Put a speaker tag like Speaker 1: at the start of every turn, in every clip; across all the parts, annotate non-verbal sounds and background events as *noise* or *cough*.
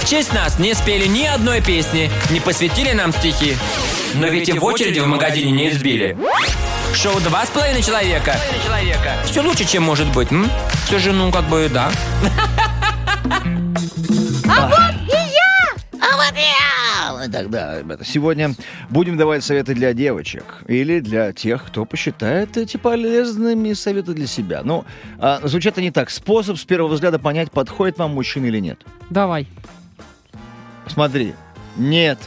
Speaker 1: В честь нас не спели ни одной песни, не посвятили нам стихи. Но ведь и в очереди в магазине не избили. Шоу «Два с половиной человека». Все лучше, чем может быть. М? Все же, ну, как бы, да.
Speaker 2: И тогда, ребята, сегодня будем давать советы для девочек или для тех, кто посчитает эти полезными советы для себя. Ну, а, звучат они так. Способ с первого взгляда понять, подходит вам мужчина или нет.
Speaker 3: Давай.
Speaker 2: Смотри. Нет.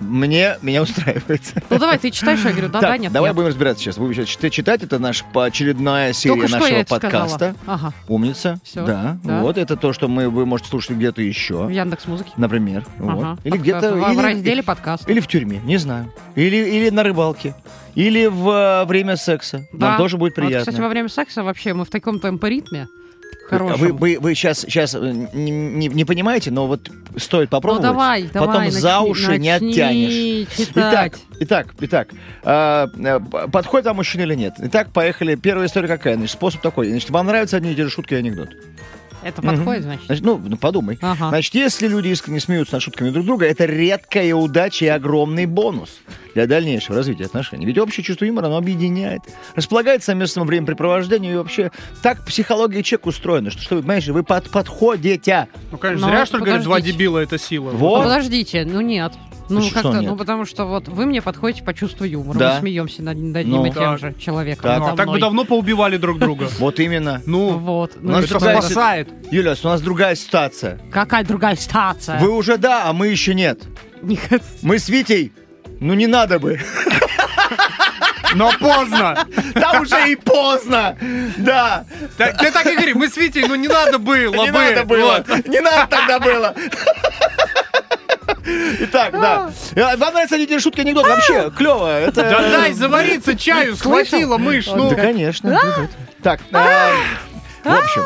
Speaker 2: Мне, меня устраивает.
Speaker 3: Ну давай, ты читаешь, я говорю, да,
Speaker 2: Так,
Speaker 3: да, нет.
Speaker 2: давай
Speaker 3: нет.
Speaker 2: будем разбираться сейчас. Будем сейчас читать. Читать это наша очередная серия
Speaker 3: Только что
Speaker 2: нашего
Speaker 3: я это
Speaker 2: подкаста.
Speaker 3: сказала. Ага,
Speaker 2: Умница.
Speaker 3: Всё.
Speaker 2: Да.
Speaker 3: Да.
Speaker 2: Вот это то, что мы, вы можете слушать где-то
Speaker 3: в
Speaker 2: еще.
Speaker 3: Яндекс Музыке.
Speaker 2: Например. Вот. Или где-то.
Speaker 3: в,
Speaker 2: или-
Speaker 3: в разделе подкаст.
Speaker 2: Или в тюрьме, не знаю. Или, или на рыбалке. Или в э, время секса.
Speaker 3: Да.
Speaker 2: Нам тоже будет
Speaker 3: Вот,
Speaker 2: приятно.
Speaker 3: кстати, во время секса вообще мы в таком темпоритме
Speaker 2: А
Speaker 3: хорошем.
Speaker 2: вы, вы, сейчас, сейчас не, не- не понимаете, но вот стоит
Speaker 3: ну
Speaker 2: попробовать.
Speaker 3: давай, давай.
Speaker 2: Потом за
Speaker 3: начни-
Speaker 2: уши не
Speaker 3: начни
Speaker 2: оттянешь.
Speaker 3: Читать.
Speaker 2: Итак, итак, итак, э, э, п- подходит вам мужчина или нет? Итак, поехали. Первая история какая? Значит, способ такой. Значит, вам нравятся одни и те же шутки и анекдоты.
Speaker 3: Это
Speaker 2: Мгм.
Speaker 3: подходит, значит?
Speaker 2: Значит, ну, ну, подумай.
Speaker 3: Ага.
Speaker 2: Значит, если люди искренне смеются над шутками друг друга, это редкая удача и огромный бонус для дальнейшего развития отношений. Ведь общее чувство юмора, оно объединяет, располагает к совместному времяпрепровождению и вообще так психология человека устроена, что, что вы, понимаете, вы под, подходите.
Speaker 4: Ну, конечно,
Speaker 3: Ну,
Speaker 4: зря, что ли, говорят, два
Speaker 3: подождите.
Speaker 4: дебила — это сила.
Speaker 3: Ну,
Speaker 2: Вот.
Speaker 3: подождите, ну нет. Ну,
Speaker 2: Почему
Speaker 3: как-то,
Speaker 2: нет?
Speaker 3: ну, потому что вот вы мне подходите по чувству юмора.
Speaker 2: Да.
Speaker 3: Мы смеемся над, над одним
Speaker 2: Ну.
Speaker 3: и тем
Speaker 4: Так.
Speaker 3: же человеком.
Speaker 4: Ну, а
Speaker 2: Так.
Speaker 3: надо
Speaker 4: так бы
Speaker 3: мной.
Speaker 4: давно поубивали
Speaker 2: *laughs*
Speaker 4: друг друга.
Speaker 2: Вот именно.
Speaker 4: Ну,
Speaker 3: Вот.
Speaker 2: У нас
Speaker 3: и что?
Speaker 2: другая
Speaker 3: Спаса-
Speaker 4: спасает.
Speaker 2: Юля, у нас другая ситуация.
Speaker 3: Какая другая ситуация?
Speaker 2: Вы уже да, а мы еще нет.
Speaker 3: Не-
Speaker 2: Мы с Витей, ну не надо бы.
Speaker 4: Но поздно.
Speaker 2: Там уже и поздно. Да,
Speaker 4: Так, Ты так и говори, мы с Витей, ну не надо было
Speaker 2: не
Speaker 4: бы.
Speaker 2: надо было.
Speaker 4: Вот.
Speaker 2: Не надо тогда было. Итак, да. Э, Вам нравится один день шутки анекдот? Вообще, клево. Это... э,
Speaker 4: Да дай завариться чаю, схватила мышь. Ну,
Speaker 2: Да, конечно. да, да. Так, э, в общем,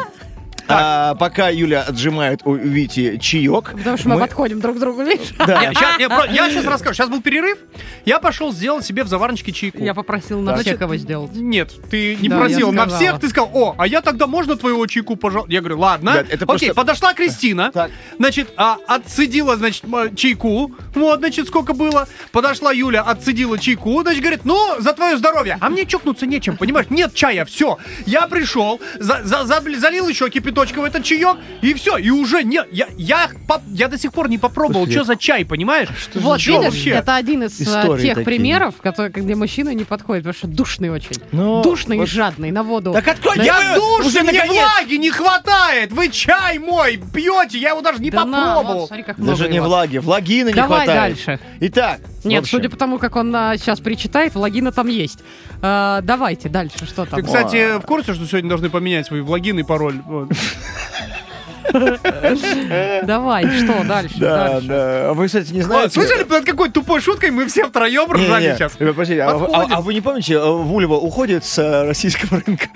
Speaker 2: а, пока Юля отжимает у Вити чаек,
Speaker 3: Потому что мы, подходим друг к другу, видишь?
Speaker 4: Не, щас- не, про- я сейчас расскажу. Сейчас был перерыв. Я пошел сделать себе в заварничке чайку.
Speaker 3: Я попросил на
Speaker 4: Значит,
Speaker 3: всех его сделать.
Speaker 4: Нет, ты не
Speaker 3: Да,
Speaker 4: просил.
Speaker 3: я
Speaker 4: На
Speaker 3: сказала.
Speaker 4: всех ты сказал, о, а я тогда можно твоего чайку, пожалуйста? Я говорю, ладно.
Speaker 2: Ребят, это
Speaker 4: Окей,
Speaker 2: просто-
Speaker 4: подошла Кристина.
Speaker 2: Так.
Speaker 4: Значит, а, отцедила, значит, м- чайку. Вот, значит, сколько было. Подошла Юля, отцедила чайку. Значит, говорит, ну, за твое здоровье. А мне чокнуться нечем, понимаешь? Нет чая, все. Я пришел, за- за- забл- залил еще кипяточком этот чаек, и все. И уже нет. Я, я, поп- я до сих пор не попробовал, что за чай, понимаешь?
Speaker 3: Вот,
Speaker 4: Чё
Speaker 3: видишь,
Speaker 4: вообще?
Speaker 3: это один из э,
Speaker 2: Истории
Speaker 3: тех
Speaker 2: такие.
Speaker 3: примеров, которые, где мужчина не подходит, потому что душный очень.
Speaker 2: Ну,
Speaker 3: душный и
Speaker 2: вот-
Speaker 3: жадный, на воду.
Speaker 2: Так а открой,
Speaker 4: Да
Speaker 2: я
Speaker 4: душ,
Speaker 2: уже
Speaker 4: мне
Speaker 2: наконец.
Speaker 4: влаги не хватает! Вы чай мой пьете, я его даже не
Speaker 3: Да на, вот,
Speaker 4: попробовал.
Speaker 3: смотри, как много
Speaker 2: Даже не
Speaker 3: его.
Speaker 2: влаги, влагины не
Speaker 3: Давай
Speaker 2: хватает.
Speaker 3: дальше.
Speaker 2: Итак. в
Speaker 3: Нет,
Speaker 2: общем,
Speaker 3: судя по тому, как он а, сейчас причитает, логина там есть. А, давайте дальше, что там?
Speaker 4: Ты, кстати, в курсе, что сегодня должны поменять свой логин и пароль? Вот.
Speaker 3: Давай,
Speaker 2: *laughs*
Speaker 3: что дальше?
Speaker 2: Да,
Speaker 3: дальше.
Speaker 2: да. А Вы, кстати, не
Speaker 4: Вот,
Speaker 2: знаете...
Speaker 4: Слышали, над какой тупой шуткой мы все втроем
Speaker 2: Не, не,
Speaker 4: ржали
Speaker 2: не.
Speaker 4: сейчас?
Speaker 2: Ребят, подождите, а, вы- а-
Speaker 4: Подходит.
Speaker 2: а вы не помните, э, Вулева уходит с э, российского
Speaker 3: *laughs*
Speaker 2: рынка?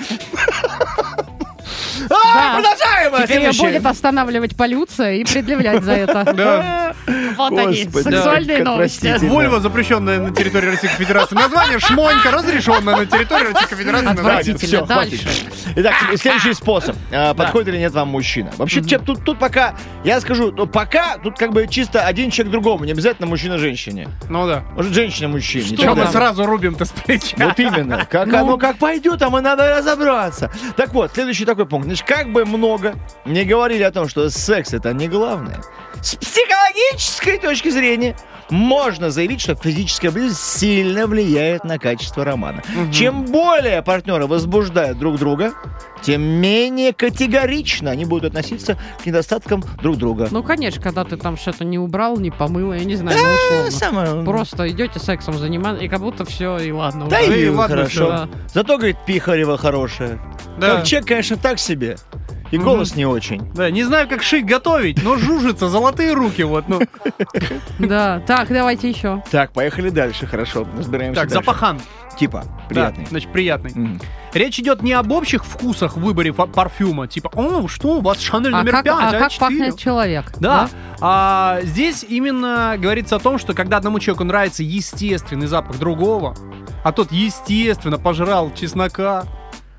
Speaker 3: Да.
Speaker 2: А, Продолжаем! а,
Speaker 3: Теперь ее
Speaker 2: следующее.
Speaker 3: будет останавливать полюция и предъявлять за это.
Speaker 4: Да.
Speaker 3: *laughs* Вот они,
Speaker 2: Господи,
Speaker 3: сексуальные
Speaker 2: как
Speaker 3: новости.
Speaker 2: простительно.
Speaker 4: Вольво, запрещенная на территории Российской Федерации. Название Шмонька, разрешенная на территории Российской Федерации. название.
Speaker 3: Отвратительно.
Speaker 2: Всё, хватит.
Speaker 3: Дальше.
Speaker 2: Итак,
Speaker 3: А,
Speaker 2: сл- следующий способ. Э, Подходит или нет вам мужчина? Вообще, чеп- тут, тут пока, я скажу, ну, пока тут как бы чисто один человек другому, не обязательно мужчина-женщине.
Speaker 4: Ну да.
Speaker 2: Может, женщина-мужчине.
Speaker 4: Чего
Speaker 2: Чё
Speaker 4: мы
Speaker 2: там?
Speaker 4: сразу рубим-то с плеча?
Speaker 2: Вот именно. Как оно как пойдет, а мы надо разобраться. Так вот, следующий такой пункт. Значит, как бы много не говорили о том, что секс это не главное. С психологической точки зрения можно заявить, что физическая близость сильно влияет на качество романа. Чем более партнеры возбуждают друг друга, тем менее категорично они будут относиться к недостаткам друг друга.
Speaker 3: Ну, конечно, когда ты там что-то не убрал, не помыл, я не знаю, ну,
Speaker 2: Э,
Speaker 3: условно.
Speaker 2: самое-
Speaker 3: Просто идете сексом заниматься, и как будто все, и ладно.
Speaker 2: Да
Speaker 3: уже.
Speaker 4: и
Speaker 2: и
Speaker 4: ладно,
Speaker 2: хорошо.
Speaker 3: да.
Speaker 2: Зато, говорит, Пихарева хорошая.
Speaker 4: Да.
Speaker 2: Как человек, конечно, так себе. И голос не очень.
Speaker 4: Да, не знаю, как шик готовить, но жужится, золотые руки вот. Ну,
Speaker 3: Да, так, давайте еще.
Speaker 2: Так, поехали дальше, хорошо. Разбираемся
Speaker 4: так,
Speaker 2: дальше.
Speaker 4: запахан.
Speaker 2: Типа,
Speaker 4: Да,
Speaker 2: приятный.
Speaker 4: значит, приятный.
Speaker 2: Мгм.
Speaker 4: Речь идет не об общих вкусах в выборе фа- парфюма. Типа, о, что у вас Шанель
Speaker 3: А
Speaker 4: номер
Speaker 3: как,
Speaker 4: 5,
Speaker 3: а как
Speaker 4: четыре».
Speaker 3: пахнет человек?
Speaker 4: Да. А, здесь именно говорится о том, что когда одному человеку нравится естественный запах другого, а тот естественно пожрал чеснока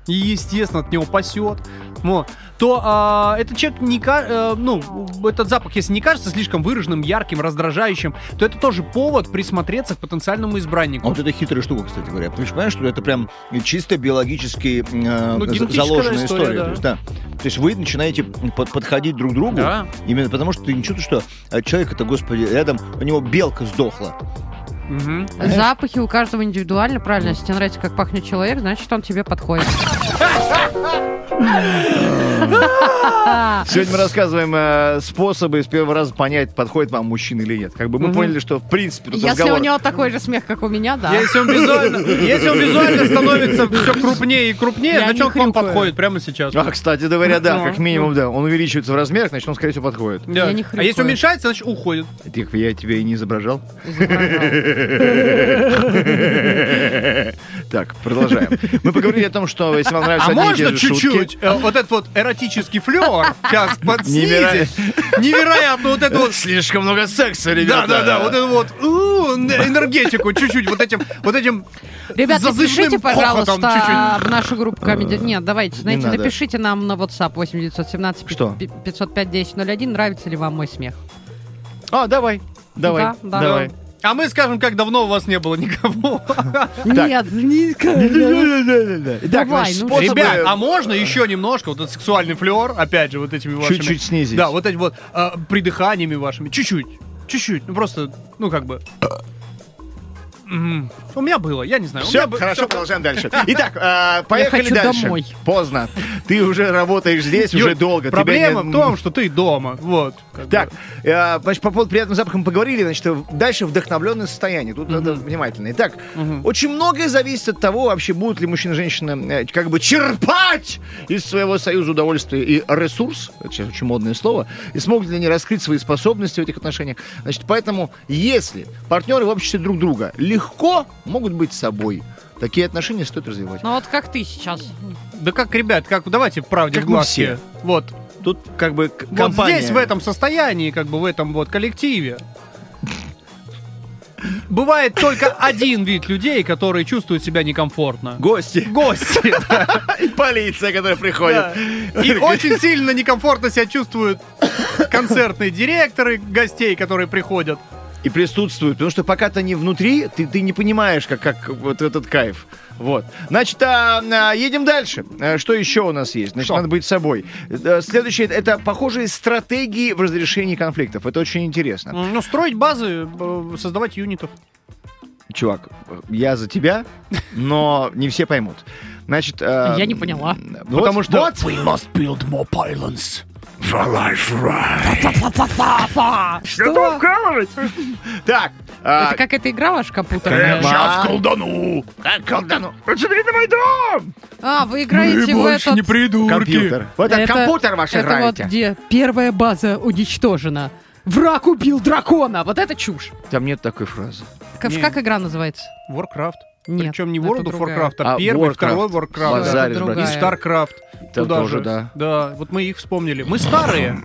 Speaker 4: и естественно от него пасет, вот, то а, этот человек не ка- э, ну, этот запах, если не кажется слишком выраженным, ярким, раздражающим, то это тоже повод присмотреться к потенциальному избраннику.
Speaker 5: А вот это хитрая штука, кстати говоря. Потому что понимаешь, что это прям чисто биологически э, за-
Speaker 4: Ну, генетическая
Speaker 5: заложенная история.
Speaker 4: история, да.
Speaker 5: То, есть, да. То есть вы начинаете под- подходить друг к другу,
Speaker 4: Да.
Speaker 5: именно потому что ты не чувствуешь, что э, человек это, господи, рядом у него белка сдохла.
Speaker 4: Мгм.
Speaker 3: Запахи у каждого индивидуально, правильно. Если тебе нравится, как пахнет человек, значит, он тебе подходит.
Speaker 5: Сегодня мы рассказываем э, способы с первого раза понять, подходит вам мужчина или нет. Как бы мы
Speaker 4: Мгм.
Speaker 5: поняли, что в принципе тут
Speaker 3: Если у
Speaker 5: разговор...
Speaker 3: него такой же смех, как у меня, да.
Speaker 4: Если он визуально, если он визуально становится все крупнее и крупнее,
Speaker 3: Я
Speaker 4: значит
Speaker 3: не
Speaker 4: он к вам
Speaker 3: хрюкаю.
Speaker 4: подходит прямо сейчас.
Speaker 5: А, кстати говоря, да,
Speaker 4: Ну.
Speaker 5: как минимум, да. Он увеличивается в размерах, значит, он, скорее всего, подходит.
Speaker 4: Да.
Speaker 3: Я не
Speaker 4: а если
Speaker 3: хрюкаю.
Speaker 4: уменьшается, значит уходит.
Speaker 5: Ты, я тебя и не изображал.
Speaker 3: Изображал.
Speaker 5: Так, продолжаем. Мы поговорили о том, что если вам нравятся
Speaker 4: А
Speaker 5: одни и те
Speaker 4: можно
Speaker 5: же шутки, *laughs*
Speaker 4: чуть-чуть э, вот этот вот эротический флер сейчас
Speaker 5: Неверо-
Speaker 4: подснизить? Невероятно, вот это вот...
Speaker 5: Слишком много секса,
Speaker 4: Да,
Speaker 5: ребята.
Speaker 4: да, да, вот это вот у, энергетику чуть-чуть, вот этим, вот этим
Speaker 3: Ребят,
Speaker 4: зазывным
Speaker 3: напишите, пожалуйста,
Speaker 4: хохотом чуть-чуть.
Speaker 3: в нашу группу Comedy. Нет, давайте, знаете,
Speaker 5: надо.
Speaker 3: напишите нам на WhatsApp 8917
Speaker 5: Что?
Speaker 3: 505 1001. Нравится ли вам мой смех?
Speaker 5: А, давай. Давай.
Speaker 3: Да, да.
Speaker 5: давай.
Speaker 4: А мы скажем, как давно у вас не было никого.
Speaker 3: Нет, никогда.
Speaker 5: Итак,
Speaker 3: Давай,
Speaker 5: значит,
Speaker 3: ну.
Speaker 5: способы-
Speaker 4: Ребят, а можно еще немножко, вот этот сексуальный флер, опять же, вот этими вашими...
Speaker 5: Чуть-чуть снизить.
Speaker 4: Да, вот этим вот э, придыханиями вашими, чуть-чуть, чуть-чуть, ну просто, ну как бы... Мгм. У меня было, я не знаю. у
Speaker 5: Все,
Speaker 4: меня бы-
Speaker 5: хорошо,
Speaker 4: всё-
Speaker 5: продолжаем дальше. Итак, а, поехали
Speaker 3: хочу
Speaker 5: дальше.
Speaker 3: домой.
Speaker 5: Поздно. Ты уже работаешь здесь,
Speaker 4: Юль,
Speaker 5: уже долго. тебя
Speaker 4: Проблема
Speaker 5: не-
Speaker 4: в том, что ты дома. Вот. как
Speaker 5: Так,
Speaker 4: бы.
Speaker 5: э, значит, по поводу приятного запаха мы поговорили, значит, э, дальше вдохновленное состояние. Тут надо внимательно. Итак,
Speaker 4: Мгм.
Speaker 5: очень многое зависит от того, вообще будут ли мужчина и женщина э, как бы черпать из своего союза удовольствие и ресурс, это сейчас очень модное слово, и смогут ли они раскрыть свои способности в этих отношениях. Значит, поэтому, если партнеры в обществе друг друга легко могут быть собой, такие отношения стоит развивать.
Speaker 3: Ну вот как ты сейчас.
Speaker 4: Да как, ребят, как давайте правде
Speaker 5: Как
Speaker 4: в
Speaker 5: мы
Speaker 4: глазки.
Speaker 5: все.
Speaker 4: Вот.
Speaker 5: Тут как бы к-
Speaker 4: Вот
Speaker 5: компания...
Speaker 4: здесь, в этом состоянии, как бы в этом вот коллективе. Бывает только один вид людей, которые чувствуют себя некомфортно.
Speaker 5: Гости.
Speaker 4: Гости. да.
Speaker 5: И полиция, которая
Speaker 4: Да.
Speaker 5: приходит.
Speaker 4: И очень сильно некомфортно себя чувствуют концертные директоры гостей, которые приходят.
Speaker 5: и присутствуют, потому что пока ты не внутри, ты, ты не понимаешь, как, как вот этот кайф. Вот. Значит, а, а, едем дальше. А, Что еще у нас есть? Значит,
Speaker 4: Что?
Speaker 5: надо быть собой. Э, Следующее это похожие стратегии в разрешении конфликтов. Это очень интересно.
Speaker 4: Ну, строить базы, э, создавать юнитов.
Speaker 5: Чувак, я за тебя, но не все поймут. Значит, а,
Speaker 3: Я не поняла.
Speaker 5: м,
Speaker 4: Потому
Speaker 5: вот-
Speaker 4: что-
Speaker 5: вот
Speaker 4: We must build more pylons.
Speaker 3: Что?
Speaker 5: так. а,
Speaker 3: Это как эта игра ваша компьютерная?
Speaker 5: Сейчас колдану! Как колдану? Это мой дом!
Speaker 3: А, вы
Speaker 4: Ну
Speaker 3: играете в этот...
Speaker 4: придурки.
Speaker 5: Компьютер. Вот этот компьютер ваш
Speaker 3: это
Speaker 5: играете.
Speaker 3: вот где первая база уничтожена. Враг убил дракона. Вот это чушь.
Speaker 5: Там нет такой фразы.
Speaker 3: Как,
Speaker 4: Не.
Speaker 3: как игра называется?
Speaker 4: Warcraft.
Speaker 3: Нет,
Speaker 4: Причем не
Speaker 3: это
Speaker 4: World of
Speaker 3: другая.
Speaker 4: Warcraft, а,
Speaker 5: А,
Speaker 4: первый,
Speaker 5: Warcraft.
Speaker 4: второй Warcraft.
Speaker 3: Базар.
Speaker 5: Базаришь,
Speaker 4: И
Speaker 3: другая.
Speaker 5: брат.
Speaker 4: StarCraft.
Speaker 5: Там
Speaker 4: Туда
Speaker 5: тоже,
Speaker 4: же.
Speaker 5: да.
Speaker 4: Да, вот мы их вспомнили. Мы *laughs* старые.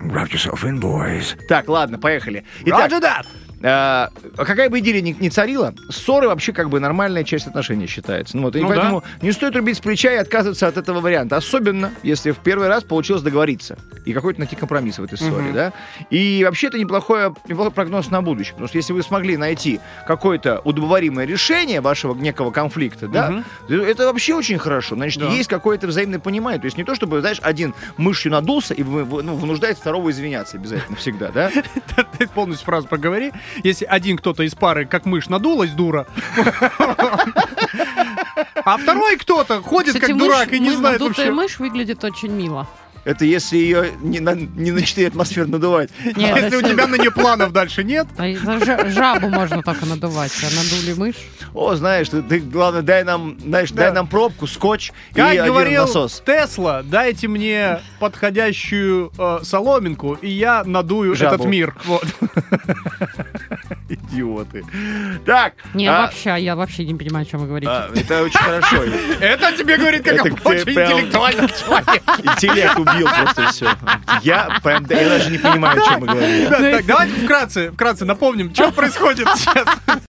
Speaker 5: Так, ладно, поехали. Итак,
Speaker 4: Roger that.
Speaker 5: а, какая бы идея ни, ни царила, ссоры вообще как бы нормальная часть отношений считается. Ну, вот, и
Speaker 4: Ну
Speaker 5: поэтому не стоит рубить с плеча и отказываться от этого варианта. Особенно, если в первый раз получилось договориться и какой-то найти компромисс в этой истории,
Speaker 4: Мгм.
Speaker 5: да. И вообще это неплохое, неплохой прогноз на будущее. Потому что если вы смогли найти какое-то удобоваримое решение вашего некого конфликта, да,
Speaker 4: Мгм.
Speaker 5: то это вообще очень хорошо. Значит,
Speaker 4: Да.
Speaker 5: есть какое-то взаимное понимание. То есть не то, чтобы, знаешь, один мышью надулся и вы- вы- ну, вынуждает второго извиняться обязательно всегда, да?
Speaker 4: Ты полностью фразу проговори. Если один кто-то из пары, как мышь, надулась, *laughs* дура. А второй кто-то ходит,
Speaker 3: Кстати,
Speaker 4: как
Speaker 3: мышь-
Speaker 4: дурак, и не
Speaker 3: мы-
Speaker 4: знает
Speaker 3: надутая
Speaker 4: вообще.
Speaker 3: мышь выглядит очень мило.
Speaker 5: Это если ее не на, не на 4 атмосферы надувать.
Speaker 3: Нет,
Speaker 4: А Если у тебя на нее планов дальше нет,
Speaker 3: А и за жа- жабу можно только надувать. А надули мышь.
Speaker 5: О, знаешь, ты, ты, главное, дай нам, знаешь, дай
Speaker 4: Да.
Speaker 5: нам пробку, скотч
Speaker 4: Как
Speaker 5: и один
Speaker 4: говорил
Speaker 5: насос.
Speaker 4: Тесла, дайте мне э, подходящую э, соломинку, и я надую
Speaker 5: Жабу.
Speaker 4: этот мир. Вот. *laughs*
Speaker 5: Идиоты. Так.
Speaker 3: Не,
Speaker 5: а,
Speaker 3: вообще, я вообще не понимаю, о чем вы говорите.
Speaker 5: а, это очень хорошо.
Speaker 4: Это тебе говорит *laughs* как
Speaker 5: Это
Speaker 4: об
Speaker 5: где
Speaker 4: очень
Speaker 5: прям-
Speaker 4: интеллектуальном человеке.
Speaker 5: Интеллект убил просто все. Я прям, да, я даже не понимаю, о чем мы говорим. *laughs*
Speaker 4: Так, давайте вкратце, вкратце напомним, что происходит сейчас.